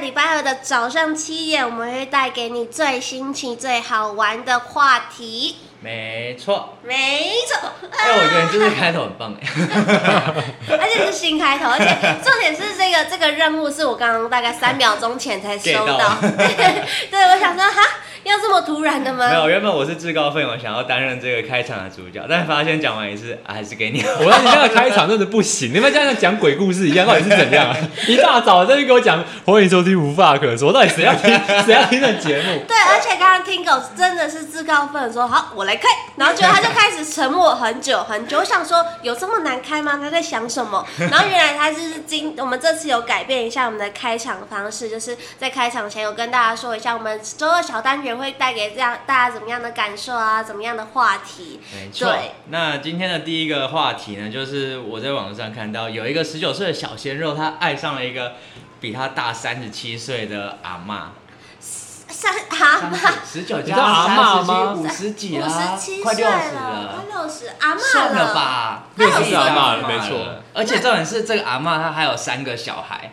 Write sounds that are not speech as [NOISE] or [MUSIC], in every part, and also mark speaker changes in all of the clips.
Speaker 1: 礼拜二的早上七点，我们会带给你最新奇、最好玩的话题。
Speaker 2: 没错。
Speaker 1: 没错，
Speaker 2: 哎、我觉得这次开头很棒哎。
Speaker 1: [LAUGHS]
Speaker 2: [LAUGHS]
Speaker 1: 而且是新开头，而 [LAUGHS] 且重点是这个这个任务是我刚刚大概三秒钟前才收
Speaker 2: get
Speaker 1: 到
Speaker 2: 到。
Speaker 1: [LAUGHS] 对，我想说哈，要这么突然的吗？
Speaker 2: 没有，原本我是自告奋勇想要担任这个开场的主角，但发现讲完一次、啊、还是给 [LAUGHS] 你。
Speaker 3: [LAUGHS] 我说你那个开场真的不行，你们像像讲鬼故事一样，到底是怎 [LAUGHS] 样啊？一大早在那边给我讲欢迎收听无话可说，到底谁要听 [LAUGHS] 谁要听的节目？
Speaker 1: 对，而且刚刚听狗真的是自告奋勇说好，我来
Speaker 2: [LAUGHS]
Speaker 1: 开，然后结果他就开始沉默很久很久，我想说有这么难开吗？他在想什
Speaker 2: [LAUGHS]
Speaker 1: 么？然后原来他就是今我们这次有改变一下我们的开场方式，就是在开场前有跟大家说一下，我们周二小单元会带给这样大家怎么样的感受啊，怎么样的话题。
Speaker 2: 没错
Speaker 1: 对。
Speaker 2: 那今天的第一个话题呢，就是我在网络上看到有一个十九岁的小鲜肉，他爱上了一个比他大三十七岁的阿嬷。
Speaker 1: 三阿妈
Speaker 2: 十九
Speaker 3: 知
Speaker 2: 加
Speaker 3: 道阿嬷吗
Speaker 2: 五十几
Speaker 1: 五
Speaker 2: 啦、
Speaker 1: 十七
Speaker 2: 快
Speaker 1: 岁
Speaker 2: 六十
Speaker 1: 了
Speaker 2: 了，。
Speaker 1: 快六十，阿妈
Speaker 2: 算了。吧，
Speaker 1: 那
Speaker 2: 已经
Speaker 1: 是阿嬷
Speaker 2: 妈
Speaker 3: 了没错。
Speaker 2: 而且重点是，这个阿嬷她还有三个小孩，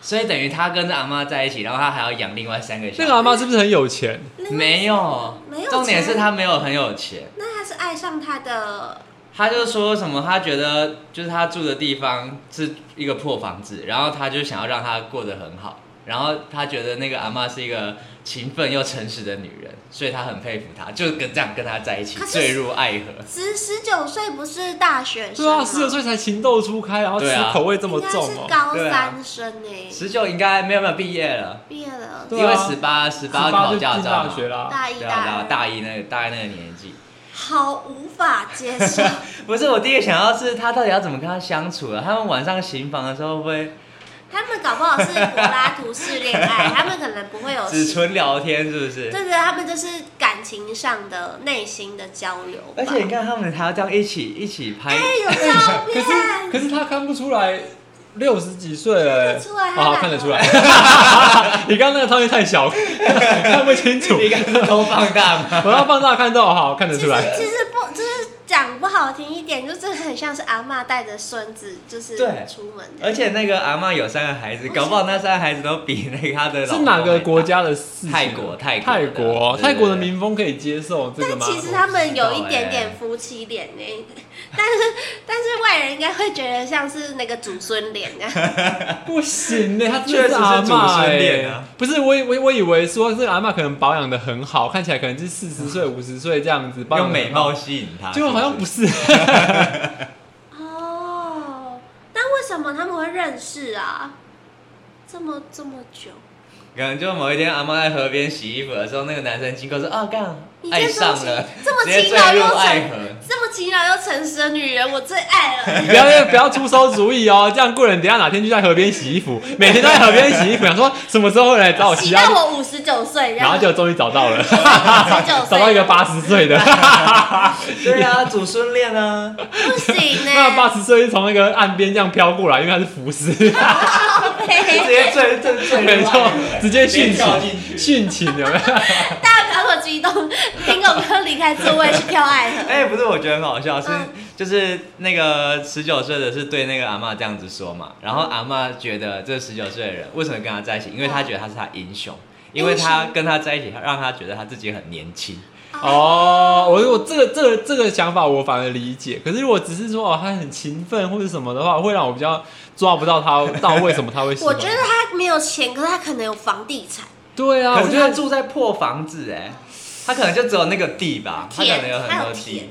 Speaker 2: 所以等于她跟这阿嬷在一起，然后她还要养另外三个小
Speaker 3: [LAUGHS] 那个阿
Speaker 2: 孩。
Speaker 3: 妈是不是很有钱？
Speaker 2: 没有，
Speaker 1: 没有
Speaker 2: 重点是
Speaker 1: 钱
Speaker 2: 她没有很有钱。
Speaker 1: 那他是爱上他的
Speaker 2: 他就说什么，他觉得就是他住的地方是一个破房子，然后他就想要让他过得很好，然后他觉得那个阿妈是一个勤奋又诚实的女人，所以他很佩服她，就跟这样跟她在一起，
Speaker 1: 可是
Speaker 2: 坠入爱河。
Speaker 1: 十十九岁不是大学生
Speaker 3: 对
Speaker 1: 吗？
Speaker 3: 啊，十九岁才情窦初开，然后吃
Speaker 2: 对啊
Speaker 3: 口味这么
Speaker 1: 应该
Speaker 3: 重
Speaker 1: 是
Speaker 3: 哦、
Speaker 1: 高
Speaker 2: 对啊
Speaker 1: 三生呢、
Speaker 2: 十九应该没有没有毕业了，
Speaker 1: 毕业了，
Speaker 3: 对啊
Speaker 2: 因为十八十
Speaker 3: 十
Speaker 2: 八
Speaker 3: 八
Speaker 2: 考
Speaker 3: 就
Speaker 2: 驾
Speaker 3: 进
Speaker 2: 照
Speaker 3: 大
Speaker 2: 嘛，
Speaker 3: 学啦。
Speaker 1: 大一
Speaker 2: 对啊，然后
Speaker 1: 二，
Speaker 2: 大一那个大一那个年纪，
Speaker 1: 好无法接
Speaker 3: [LAUGHS]
Speaker 1: 受。
Speaker 2: 不是我第一个想要是他到底要怎么跟他相处啊？他们晚上行房的时候会不会
Speaker 1: 他们搞不好是柏拉图式恋爱， [LAUGHS] 他们可能不
Speaker 3: [LAUGHS]
Speaker 1: 会有
Speaker 2: 只纯聊天，是不是？
Speaker 1: 对对，他们就是感情上的、内心的交流吧。
Speaker 2: 而且你看他们还要这样一起一起拍，
Speaker 1: 哎，有照
Speaker 3: 可是
Speaker 1: 片，
Speaker 3: 可是他看不出来六十几岁
Speaker 1: 看
Speaker 3: 了、
Speaker 1: 得出来他
Speaker 3: 哦好
Speaker 1: 懒
Speaker 3: 看得
Speaker 1: 惰
Speaker 3: 出
Speaker 1: [LAUGHS]
Speaker 3: 来。你刚刚那个套件太小， [LAUGHS] 看不
Speaker 1: [LAUGHS]
Speaker 3: 清楚。
Speaker 2: 你刚刚偷放大吗？
Speaker 3: 我要放大看到，好看得
Speaker 1: 其
Speaker 3: 出
Speaker 1: 实
Speaker 3: 来。
Speaker 1: 其实不，就是讲不好听一点，就真的很像是阿嬷带着孙子，就是
Speaker 2: 对
Speaker 1: 出门
Speaker 3: 哎
Speaker 1: 的。
Speaker 2: 而且那个阿嬷有三个孩子，搞不好那三个孩子都比那个她的老
Speaker 3: 是
Speaker 2: 公
Speaker 3: 哪个国
Speaker 2: 还
Speaker 3: 家的事情啊？
Speaker 2: 泰国泰国
Speaker 3: 泰国，
Speaker 2: 对对对
Speaker 3: 泰国的民风可以接受这个
Speaker 1: 但
Speaker 3: 吗？
Speaker 1: 其实他们有一
Speaker 2: 我不知道
Speaker 1: 点点
Speaker 3: 哎
Speaker 1: 夫妻脸呢、欸但是 [LAUGHS] 但是外人应该会觉得像是那个祖孙脸啊。
Speaker 3: 不行呢，他
Speaker 2: 确实是
Speaker 3: 阿
Speaker 2: 祖
Speaker 3: 嬷
Speaker 2: 孙
Speaker 3: 哎、
Speaker 2: 恋啊
Speaker 3: 不是我以我以我以为说这个阿嬷可能保养的很好，看起来可能是四十岁五十岁这样子，
Speaker 2: 大
Speaker 3: 保养
Speaker 2: 用
Speaker 3: 得
Speaker 2: 美
Speaker 3: 很好
Speaker 2: 貌，吸引她，
Speaker 3: 结果好像不
Speaker 2: 是
Speaker 3: 是。 [LAUGHS]
Speaker 1: 哦，那为什么他们会认识啊？这么这么久，
Speaker 2: 不是，可能就某一天阿嬷在河边洗衣服的时候，那个男生经过说啊干
Speaker 1: 你，
Speaker 2: 爱
Speaker 1: 这
Speaker 2: 上
Speaker 1: 种情
Speaker 2: 了，
Speaker 1: 这么
Speaker 2: 直接
Speaker 1: 勤
Speaker 2: 坠
Speaker 1: 劳又
Speaker 2: 入爱河
Speaker 1: 诚，这么勤劳又诚实的女人，我最爱
Speaker 3: [LAUGHS]
Speaker 1: 了。
Speaker 3: 不要不要出馊主意哦！这样贵人等一下哪天就在河边洗衣服，每天都在河边洗衣服，想说什么时候会来找我
Speaker 1: 洗
Speaker 3: 洗
Speaker 1: 到
Speaker 3: 啊？
Speaker 1: 我五十九岁，
Speaker 3: 然后就终于找到了，
Speaker 1: 59岁
Speaker 3: 找到一个八十
Speaker 1: [LAUGHS]
Speaker 3: 岁的。
Speaker 1: 哎
Speaker 2: 对啊，祖孙恋啊，
Speaker 1: 不行欸呢、
Speaker 3: [LAUGHS] [LAUGHS] 那八十岁是从那个岸边这样飘过来，因为他是浮尸，
Speaker 2: 直接坠坠坠
Speaker 3: 没 [LAUGHS]
Speaker 2: 入爱
Speaker 3: 错
Speaker 2: 河，，
Speaker 3: 直接殉
Speaker 2: 直跳进
Speaker 3: 情，
Speaker 2: 去。
Speaker 3: 殉情有没有？
Speaker 1: [LAUGHS] 大家不要那么激动，听狗不要离开座位去跳爱
Speaker 3: [LAUGHS]
Speaker 1: 河。
Speaker 2: [LAUGHS] 哎、不是，我觉得很好笑，是
Speaker 1: 嗯
Speaker 2: 就是那个十九岁的是对那个阿嬷这样子说嘛，然后阿嬷觉得这十九岁的人为什么跟他在一起，因为她觉得他是他英雄，因为他跟他在一起，他让他觉得他自己很年轻，
Speaker 3: 哦，我我这个这个这个想法我反而理解，可是如果只是说哦他很勤奋或者什么的话，会让我比较抓不到他到为什么他会喜
Speaker 1: 我
Speaker 3: 欢。
Speaker 1: 觉得他没有钱，可是他可能有房地产。哦
Speaker 3: 对啊，
Speaker 2: 可
Speaker 3: 我
Speaker 2: 是
Speaker 3: 觉
Speaker 2: 他
Speaker 3: 得
Speaker 2: 住在破房子哎、他可能就只有那个地吧，他可
Speaker 1: 田
Speaker 2: 能有很
Speaker 1: 他有
Speaker 2: 多
Speaker 1: 田
Speaker 2: 地，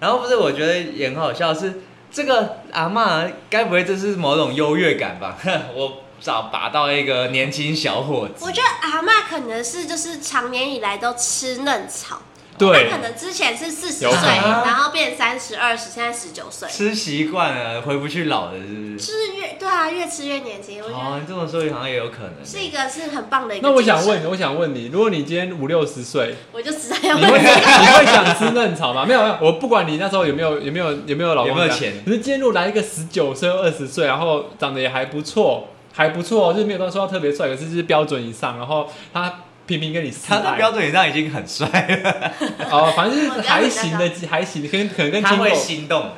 Speaker 2: 然后不是我觉得也很好笑是这个阿嬷该不会这是某种优越感吧？ [LAUGHS] 我找拔到一个年轻小伙子
Speaker 1: 我，觉得阿嬷可能是就是长年以来都吃嫩草，
Speaker 3: 对
Speaker 1: 她可能之前是四十岁，
Speaker 3: 有可
Speaker 2: 能
Speaker 1: 然后变三十二十，现在十九岁，
Speaker 2: 吃习惯了回不去老的是不是？
Speaker 1: 就是越对啊，越吃越年轻。我觉
Speaker 2: 哦，
Speaker 1: 得
Speaker 2: 你这么说好像也有可能。欸
Speaker 1: 是一个是很棒的一个。
Speaker 3: 那我想问，，我想问你，如果你今天五六十岁，
Speaker 1: [LAUGHS] 我就知道要
Speaker 3: 你
Speaker 1: 问
Speaker 3: 会 [LAUGHS]
Speaker 1: 这个。
Speaker 3: 你会想吃嫩草吗？没有，没有，我不管你那时候有没有有没有有没有老公
Speaker 2: 有没有
Speaker 3: 这样
Speaker 2: 钱
Speaker 3: 可是今天如果来一个十九岁、二十岁，然后长得也还不错，还不错哦，就是没有到说他特别帅，可是就是标准以上，然后他平平跟你示
Speaker 2: 他的
Speaker 3: 爱，
Speaker 2: 标准以上已经很帅了，
Speaker 3: 哦，反正就是还行的，还行，跟可能跟
Speaker 2: 他
Speaker 3: 亲
Speaker 2: 会
Speaker 3: 狗
Speaker 2: 心动的。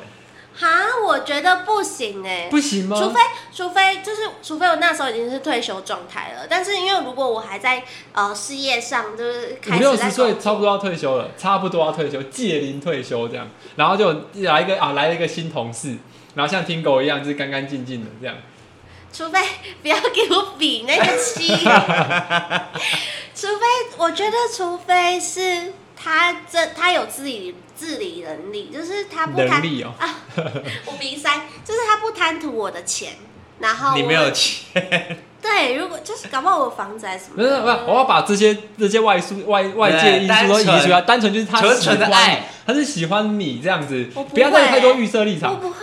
Speaker 1: 哈，我觉得不行哎、
Speaker 3: 不行吗？
Speaker 1: 除非除非就是除非我那时候已经是退休状态了，但是因为如果我还在呃事业上，就是开
Speaker 3: 五
Speaker 1: 始
Speaker 3: 六
Speaker 1: 在
Speaker 3: 十
Speaker 1: 工
Speaker 3: 岁
Speaker 1: 作
Speaker 3: 差不多要退休了，差不多要退休，届龄退休这样，然后就来一个啊，来了一个新同事，然后像听狗一样，就是干干净净的这样。
Speaker 1: 除非不要给我比那个
Speaker 3: [LAUGHS]
Speaker 1: 七，除非我觉得，除非是他这他有自理自理能力，就是他不贪
Speaker 3: 能力哦
Speaker 1: 啊，我鼻塞，就是他不贪图我的钱，然后
Speaker 2: 你
Speaker 1: 我
Speaker 2: 没有钱，
Speaker 1: 对，如果就是搞不好我房子还是什么
Speaker 3: 不是
Speaker 1: 的，
Speaker 3: 不是，我要把这些这些外输外外界因素都移除掉，单纯就是他
Speaker 2: 纯纯的
Speaker 3: 喜欢你
Speaker 2: 爱，
Speaker 3: 他是喜欢你这样子
Speaker 1: 我，不
Speaker 3: 不要再有太多
Speaker 1: 会
Speaker 3: 预设立
Speaker 1: 我
Speaker 3: 场。
Speaker 1: 不会。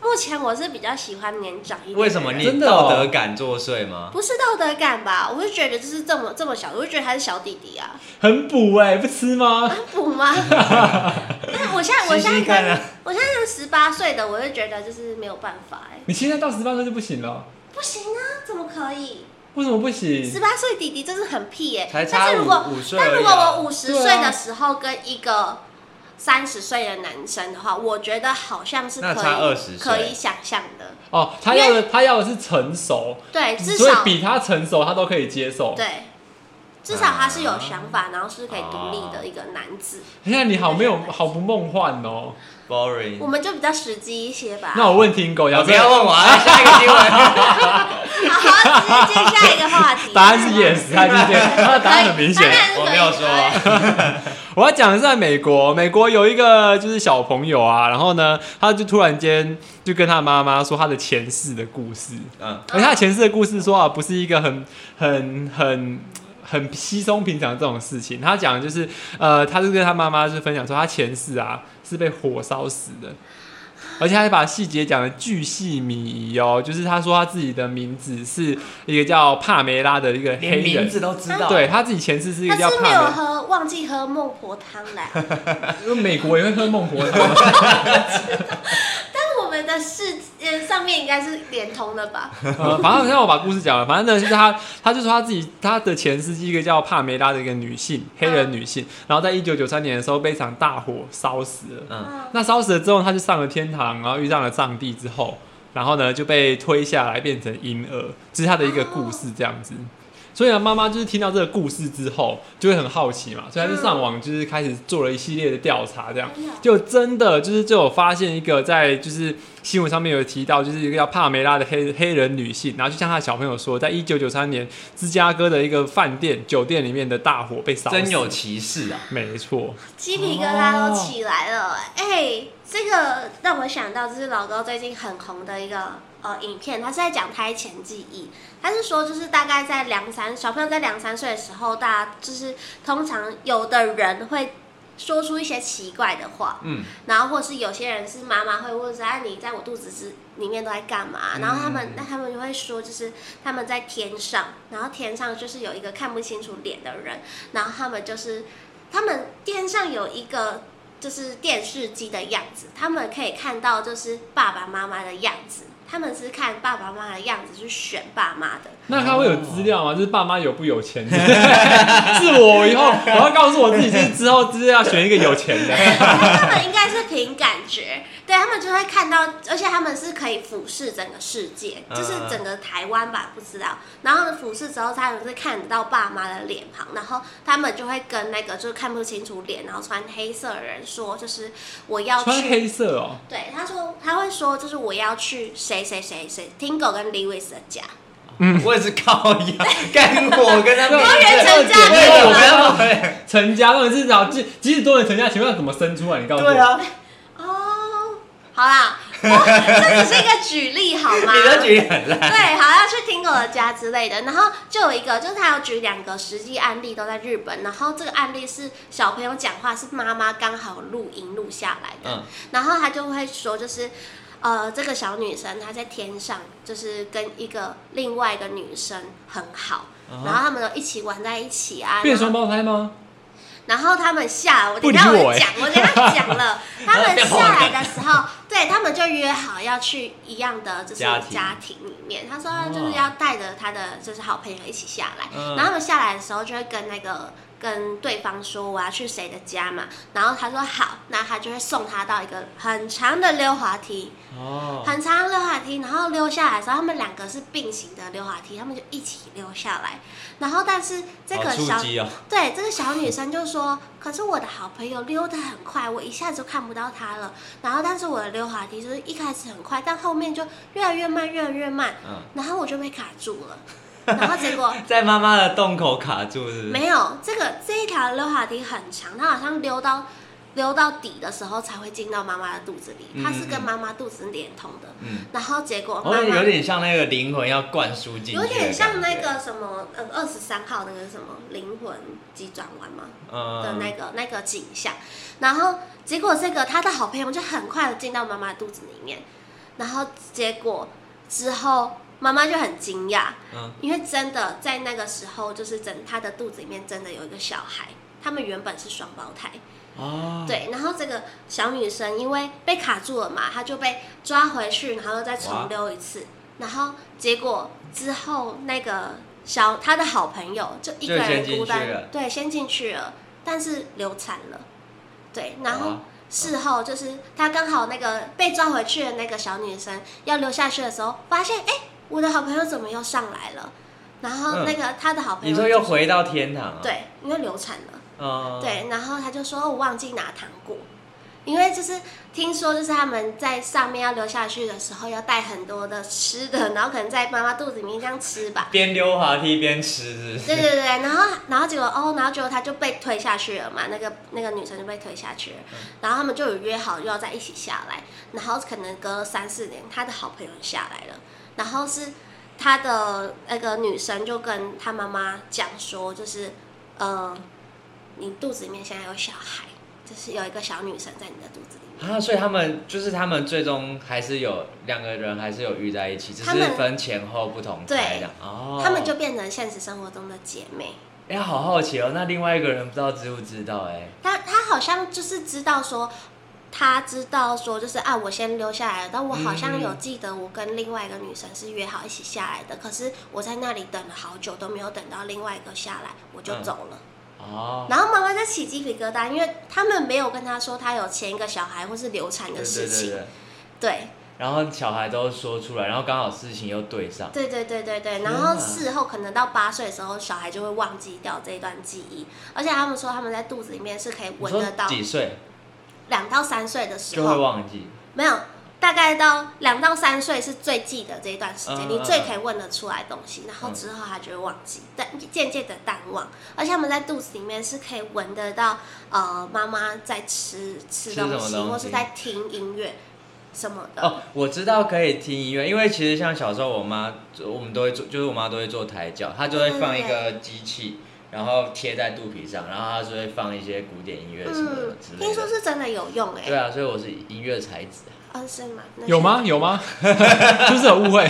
Speaker 1: 目前我是比较喜欢年长一点的人。
Speaker 2: [LAUGHS] 为什么
Speaker 3: 真
Speaker 2: 你
Speaker 3: 的
Speaker 2: 道
Speaker 3: 哦
Speaker 2: 德感作祟吗？
Speaker 1: 不是道德感吧？我就觉得就是这么这么小，我就觉得他是小弟弟啊，
Speaker 3: 很补哎、不吃吗？
Speaker 1: 补
Speaker 2: [LAUGHS]
Speaker 1: 吗？但我现在我现在
Speaker 2: 试试看啊
Speaker 1: 跟我现在是十八岁的，我就觉得就是没有办法哎、
Speaker 3: 你现在到十八岁就不行了，
Speaker 1: 不行啊，怎么可以？
Speaker 3: 为什么不行？
Speaker 1: 十八岁弟弟真是很屁哎、
Speaker 2: 嗯才差
Speaker 1: 但是如果
Speaker 2: 五五岁而已啊
Speaker 1: 但如果我五十
Speaker 3: 对
Speaker 1: 岁
Speaker 3: 啊
Speaker 1: 的时候跟一个三十岁的男生的话，我觉得好像是可
Speaker 2: 那差
Speaker 1: 以
Speaker 2: 20岁
Speaker 1: 可以想象的，
Speaker 3: 哦，他要的他要的是成熟，
Speaker 1: 对，至
Speaker 3: 嗯所以
Speaker 1: 少
Speaker 3: 比他成熟，他都可以接受。
Speaker 1: 对，至少他是有想法，然后是可以独立的一个男子。
Speaker 3: 现在你好没有好不梦幻哦。
Speaker 1: 我
Speaker 2: boring。
Speaker 1: 们就比较实际一些吧。
Speaker 3: 那我问听狗，要
Speaker 2: 啊不要问我啊，下一个新
Speaker 3: [LAUGHS]
Speaker 2: 闻。
Speaker 1: 好，直接接下一个话题。
Speaker 3: 答案是 yes，他已经接他的答案很明显
Speaker 1: 可以。当然是可以
Speaker 2: 我没有说啊
Speaker 3: [LAUGHS]
Speaker 1: 的
Speaker 3: 我要讲的是在美国，美国有一个就是小朋友啊，然后呢，他就突然间就跟他妈妈说他的前世的故事，
Speaker 2: 嗯，
Speaker 3: 而他的前世的故事说啊，不是一个很很很。很稀松平常这种事情，他讲的就是，呃，他就跟他妈妈就分享说，他前世啊是被火烧死的，而且他还把细节讲的巨细靡遗哦，就是他说他自己的名字是一个叫帕梅拉的一个黑
Speaker 2: 连名
Speaker 3: 人，
Speaker 2: 字都知道。
Speaker 3: 对，他自己前世是一个
Speaker 1: 哦他
Speaker 3: 叫
Speaker 1: 是
Speaker 3: 帕
Speaker 1: 没
Speaker 3: 梅
Speaker 1: 有
Speaker 3: 拉，
Speaker 1: 喝，忘记喝孟婆汤啦。
Speaker 3: 因为美国也会喝孟婆汤，
Speaker 1: [LAUGHS] 但我们的世呃上面应该是连通的
Speaker 3: [LAUGHS]
Speaker 1: 吧？
Speaker 3: 呃，反正让我把故事讲了。反正呢，就是他，他就说他自己，他的前世是一个叫帕梅拉的一个女性，黑人女性，然后在一九九三年的时候被一场大火烧死了。
Speaker 2: 嗯，
Speaker 1: 嗯，
Speaker 3: 那烧死了之后，他就上了天堂，然后遇上了上帝之后，然后呢就被推下来变成婴儿，这是他的一个故事这样子。所以呢，妈妈就是听到这个故事之后，就会很好奇嘛，所以她就上网就是开始做了一系列的调查，这样
Speaker 2: 嗯
Speaker 1: 真的
Speaker 3: 就真的就是就有发现一个在就是新闻上面有提到，就是一个叫帕梅拉的黑黑人女性，然后就像她的小朋友说，在一九九三年芝加哥的一个饭店酒店里面的大火被烧死，
Speaker 2: [LAUGHS] 真有其事啊。
Speaker 3: 没错，
Speaker 1: 鸡皮疙瘩都起来了。哎、这个让我想到，就是老高最近很红的一个呃影片，他是在讲胎前记忆。他是说，就是大概在两三小朋友在两三岁的时候，大家就是通常有的人会说出一些奇怪的话，
Speaker 2: 嗯，
Speaker 1: 然后或是有些人是妈妈会问说，哎、你在我肚子之里面都在干嘛？
Speaker 2: 嗯
Speaker 1: 然后他们那他们就会说，就是他们在天上，然后天上就是有一个看不清楚脸的人，然后他们就是他们天上有一个。就是电视机的样子，他们可以看到就是爸爸妈妈的样子，他们是看爸爸妈妈的样子去选爸妈的。
Speaker 3: 那他会有资料吗？就是爸妈有不有钱？ [LAUGHS] 是我以后我要告诉我自己，就是之后就是要选一个有钱的。
Speaker 1: 他们应该是凭感觉，对他们就会看到，而且他们是可以俯视整个世界，
Speaker 2: 嗯
Speaker 1: 就是整个台湾吧，不知道。然后俯视之后，他们是看得到爸妈的脸庞，然后他们就会跟那个就是看不清楚脸，然后穿黑色的人说，就是我要
Speaker 3: 穿
Speaker 1: 去。
Speaker 3: 黑色哦，
Speaker 1: 对，他说他会说，就是我要去谁谁谁谁 Tingo 跟 Lewis 的家，
Speaker 2: 我也是靠腰，干我
Speaker 1: [LAUGHS]
Speaker 2: 跟他们
Speaker 1: 多元成家
Speaker 2: 对
Speaker 1: 对
Speaker 2: 我
Speaker 1: 吧
Speaker 2: 跟他们
Speaker 3: 成家到底是找即即使多人成家，请问要怎么生出来？你告诉我。
Speaker 2: 对啊，
Speaker 1: 哦，好啦，我这只是一个举例好吗？
Speaker 2: [LAUGHS] 你的举例很烂。
Speaker 1: 对，好要去听狗的家之类的。然后就有一个，就是他有举两个实际案例都在日本，然后这个案例是小朋友讲话是妈妈刚好录音录下来的，
Speaker 2: 嗯，
Speaker 1: 然后他就会说就是。呃，这个小女生她在天上就是跟一个另外一个女生很好，然后他们都一起玩在一起啊，
Speaker 3: 变
Speaker 1: 然后
Speaker 3: 双胞胎吗？
Speaker 1: 然后他们下来，我
Speaker 3: 不
Speaker 1: 等
Speaker 3: 理
Speaker 1: 一下我
Speaker 3: 我
Speaker 1: 就
Speaker 3: 欸
Speaker 2: [LAUGHS]
Speaker 1: 讲，我等一下讲了。他们下来的时候，对他们就约好要去一样的就是
Speaker 2: 家庭
Speaker 1: 家庭里面，他说他就是要带着他的就是好朋友一起下来，
Speaker 2: 嗯
Speaker 1: 然后他们下来的时候就会跟那个跟对方说我要去谁的家嘛，然后他说好，那他就会送他到一个很长的溜滑梯，
Speaker 2: 哦，
Speaker 1: 很长的溜滑梯，然后溜下来的时候，他们两个是并行的溜滑梯，他们就一起溜下来，然后但是这
Speaker 2: 好
Speaker 1: 个
Speaker 2: 触
Speaker 1: 小
Speaker 2: 及哦，
Speaker 1: 对，这个小女生就说：“可是我的好朋友溜得很快，我一下子就看不到她了。然后，但是我的溜滑梯就是一开始很快，但后面就越来越慢，越来越慢，
Speaker 2: 嗯，
Speaker 1: 然后我就被卡住
Speaker 2: [LAUGHS]
Speaker 1: 了。然后结果
Speaker 2: 在妈妈的洞口卡住是不是？
Speaker 1: 没有这个这一条溜滑梯很长，它好像溜到溜到底的时候才会进到妈妈的肚子里，它是跟
Speaker 2: 嗯嗯嗯
Speaker 1: 妈妈肚子连通的。
Speaker 2: 嗯，
Speaker 1: 然后结果妈
Speaker 2: 哦，
Speaker 1: 妈
Speaker 2: 有点像那个灵魂要灌输进去，
Speaker 1: 有点像那，个什么，呃，二十三号那个什么灵魂急转弯吗？的那
Speaker 2: 嗯，
Speaker 1: 个那个景象，然后结果这个他的好朋友就很快的进到妈妈肚子里面，然后结果之后妈妈就很惊讶，
Speaker 2: 嗯，
Speaker 1: 因为真的在那个时候就是真他的肚子里面真的有一个小孩，他们原本是双胞胎，
Speaker 2: 哦，，
Speaker 1: 对，然后这个小女生因为被卡住了嘛，她就被抓回去，然后又再
Speaker 2: 哇
Speaker 1: 重溜一次，然后结果之后那个小她的好朋友就一个
Speaker 2: 就先
Speaker 1: 人
Speaker 2: 进
Speaker 1: 孤
Speaker 2: 去了
Speaker 1: 单，对，先进去了，但是流产了，对，然后。事后就是她刚好那个被抓回去的那个小女生要溜下去的时候，发现哎、我的好朋友怎么又上来了？然后那个她的好朋
Speaker 2: 嗯你
Speaker 1: 友、就
Speaker 2: 说又
Speaker 1: 是
Speaker 2: 回到天堂啊？，
Speaker 1: 对，因为流产了。
Speaker 2: 嗯，，
Speaker 1: 对，然后他就说我忘记拿糖果，因为就是听说就是他们在上面要流下去的时候要带很多的吃的，然后可能在妈妈肚子里面这样吃吧。
Speaker 2: 边溜滑梯边吃是不是
Speaker 1: 对对对，然后然后结果哦，然后结果他就被推下去了嘛，那个那个女生就被推下去了，然后他们就有约好又要在一起下来，然后可能隔了三四年，他的好朋友下来了，然后是他的呃那个女生就跟他妈妈讲说，就是呃，你肚子里面现在有小孩，就是有一个小女生在你的肚子里面，
Speaker 2: 啊，所以他们就是他们最终还是有两个人还是有遇在一起，只
Speaker 1: 他
Speaker 2: 是
Speaker 1: 们
Speaker 2: 分前后不同
Speaker 1: 对
Speaker 2: 开这样。哦，
Speaker 1: 她们就变成现实生活中的姐妹。
Speaker 2: 哎、好好奇哦，那另外一个人不知道知不知道、哎，
Speaker 1: 他他好像就是知道说，他知道说就是啊，我先溜下来了，但我好像有记得我跟另外一个女生是约好一起下来的，可是我在那里等了好久都没有等到另外一个下来，我就走了。
Speaker 2: 哦，
Speaker 1: 然后妈妈就起鸡皮疙瘩，因为他们没有跟他说他有前一个小孩或是流产
Speaker 2: 对
Speaker 1: 的
Speaker 2: 对
Speaker 1: 事
Speaker 2: 对
Speaker 1: 情，
Speaker 2: 对，
Speaker 1: 对
Speaker 2: 然后小孩都说出来，然后刚好事情又对上，
Speaker 1: 对对对对对，
Speaker 2: 天
Speaker 1: 然后
Speaker 2: 哪
Speaker 1: 事后可能到八岁的时候，小孩就会忘记掉这一段记忆，而且他们说他们在肚子里面是可以
Speaker 2: 你
Speaker 1: 闻
Speaker 2: 说
Speaker 1: 得到
Speaker 2: 几岁
Speaker 1: 两到三岁的时
Speaker 2: 就
Speaker 1: 候
Speaker 2: 会忘记，
Speaker 1: 没有，大概到两到三岁是最记得这一段时间，
Speaker 2: 嗯
Speaker 1: 你最可以问得出来东西，然后之后他就会忘记，但渐渐的淡忘。而且他们在肚子里面是可以闻得到，呃，妈妈在吃吃
Speaker 2: 吃什么
Speaker 1: 东西，
Speaker 2: 东西
Speaker 1: 或是在听音乐什么的。
Speaker 2: 哦，我知道可以听音乐，因为其实像小时候我妈，我们都会做，就是我妈都会做抬脚，她就会放一个机器，然后贴在肚皮上，然后她就会放一些古典音乐什么的
Speaker 1: 嗯
Speaker 2: 之，类
Speaker 1: 听说
Speaker 2: 的。
Speaker 1: 是真的有用哎、
Speaker 2: 对啊，所以我是音乐才子。
Speaker 1: 啊是吗？那是
Speaker 3: 有吗？有吗？ [LAUGHS] 就是有误会，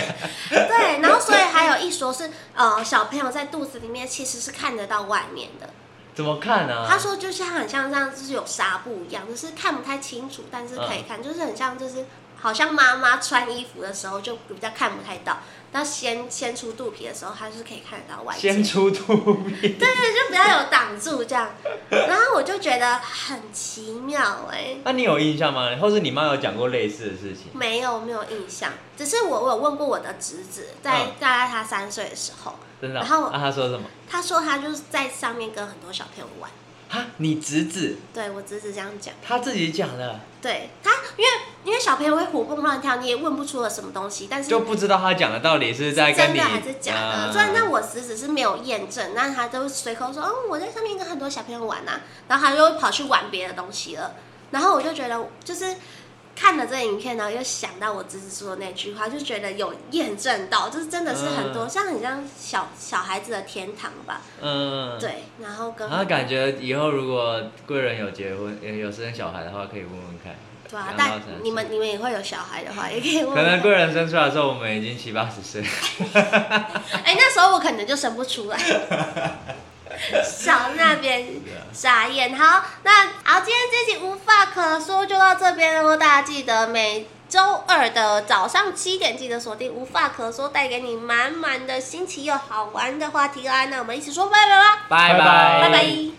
Speaker 1: 对，然后所以还有一说是，呃，小朋友在肚子里面其实是看得到外面的。
Speaker 2: 怎么看啊？
Speaker 1: 他说就像很像这样，就是有纱布一样，就是看不太清楚，但是可以
Speaker 2: 嗯
Speaker 1: 看，就是很像就是好像妈妈穿衣服的时候就比较看不太到，但掀掀出肚皮的时候，它是可以看得到外界，
Speaker 2: 先
Speaker 1: 对
Speaker 2: 出肚皮。
Speaker 1: 对，就比较有挡住这样。然后我就觉得很奇妙哎、
Speaker 2: [LAUGHS] 那你有印象吗？或是你妈有讲过类似的事情？
Speaker 1: 没有没有印象，只是我我有问过我的侄子，在
Speaker 2: 嗯
Speaker 1: 大概他三岁的时候，
Speaker 2: 真的哦？
Speaker 1: 然后
Speaker 2: 那、她说什么？
Speaker 1: 他说他就是在上面跟很多小朋友玩，
Speaker 2: 哈，你侄子
Speaker 1: 对我侄子这样讲。
Speaker 2: 他自己讲的，
Speaker 1: 对他，因为因为小朋友会活蹦乱跳，你也问不出了什么东西，但是
Speaker 2: 就不知道他讲的到底是在跟
Speaker 1: 真
Speaker 2: 你
Speaker 1: 的还是假的。
Speaker 2: 嗯
Speaker 1: 虽然那我侄子是没有验证，但他都随口说，嗯，我在上面跟很多小朋友玩啊，然后他又跑去玩别的东西了。然后我就觉得，就是看了这影片，然后又想到我侄子说的那句话，就觉得有验证到，就是真的是很多，
Speaker 2: 嗯
Speaker 1: 像很像小小孩子的天堂吧。
Speaker 2: 嗯，
Speaker 1: 对，然后跟
Speaker 2: 然后感觉以后如果贵人有结婚、有有生小孩的话，可以问问看。
Speaker 1: 对啊
Speaker 2: 两，到
Speaker 1: 但
Speaker 2: 三岁
Speaker 1: 你们你们也会有小孩的话，也可以问
Speaker 2: 可能
Speaker 1: 问
Speaker 2: 贵
Speaker 1: 看。
Speaker 2: 人生出来的时候，我们已经七八十岁。
Speaker 1: 哎、那时候我可能就生不出来。小那边傻眼。好，那好，今天这集无话可说就到这边喽，大家记得每。周二的早上七点，记得锁定《无话可说》，带给你满满的新奇又好玩的话题啦！那我们一起说拜拜吧，
Speaker 2: 拜
Speaker 3: 拜
Speaker 1: 拜
Speaker 2: 拜
Speaker 1: 拜。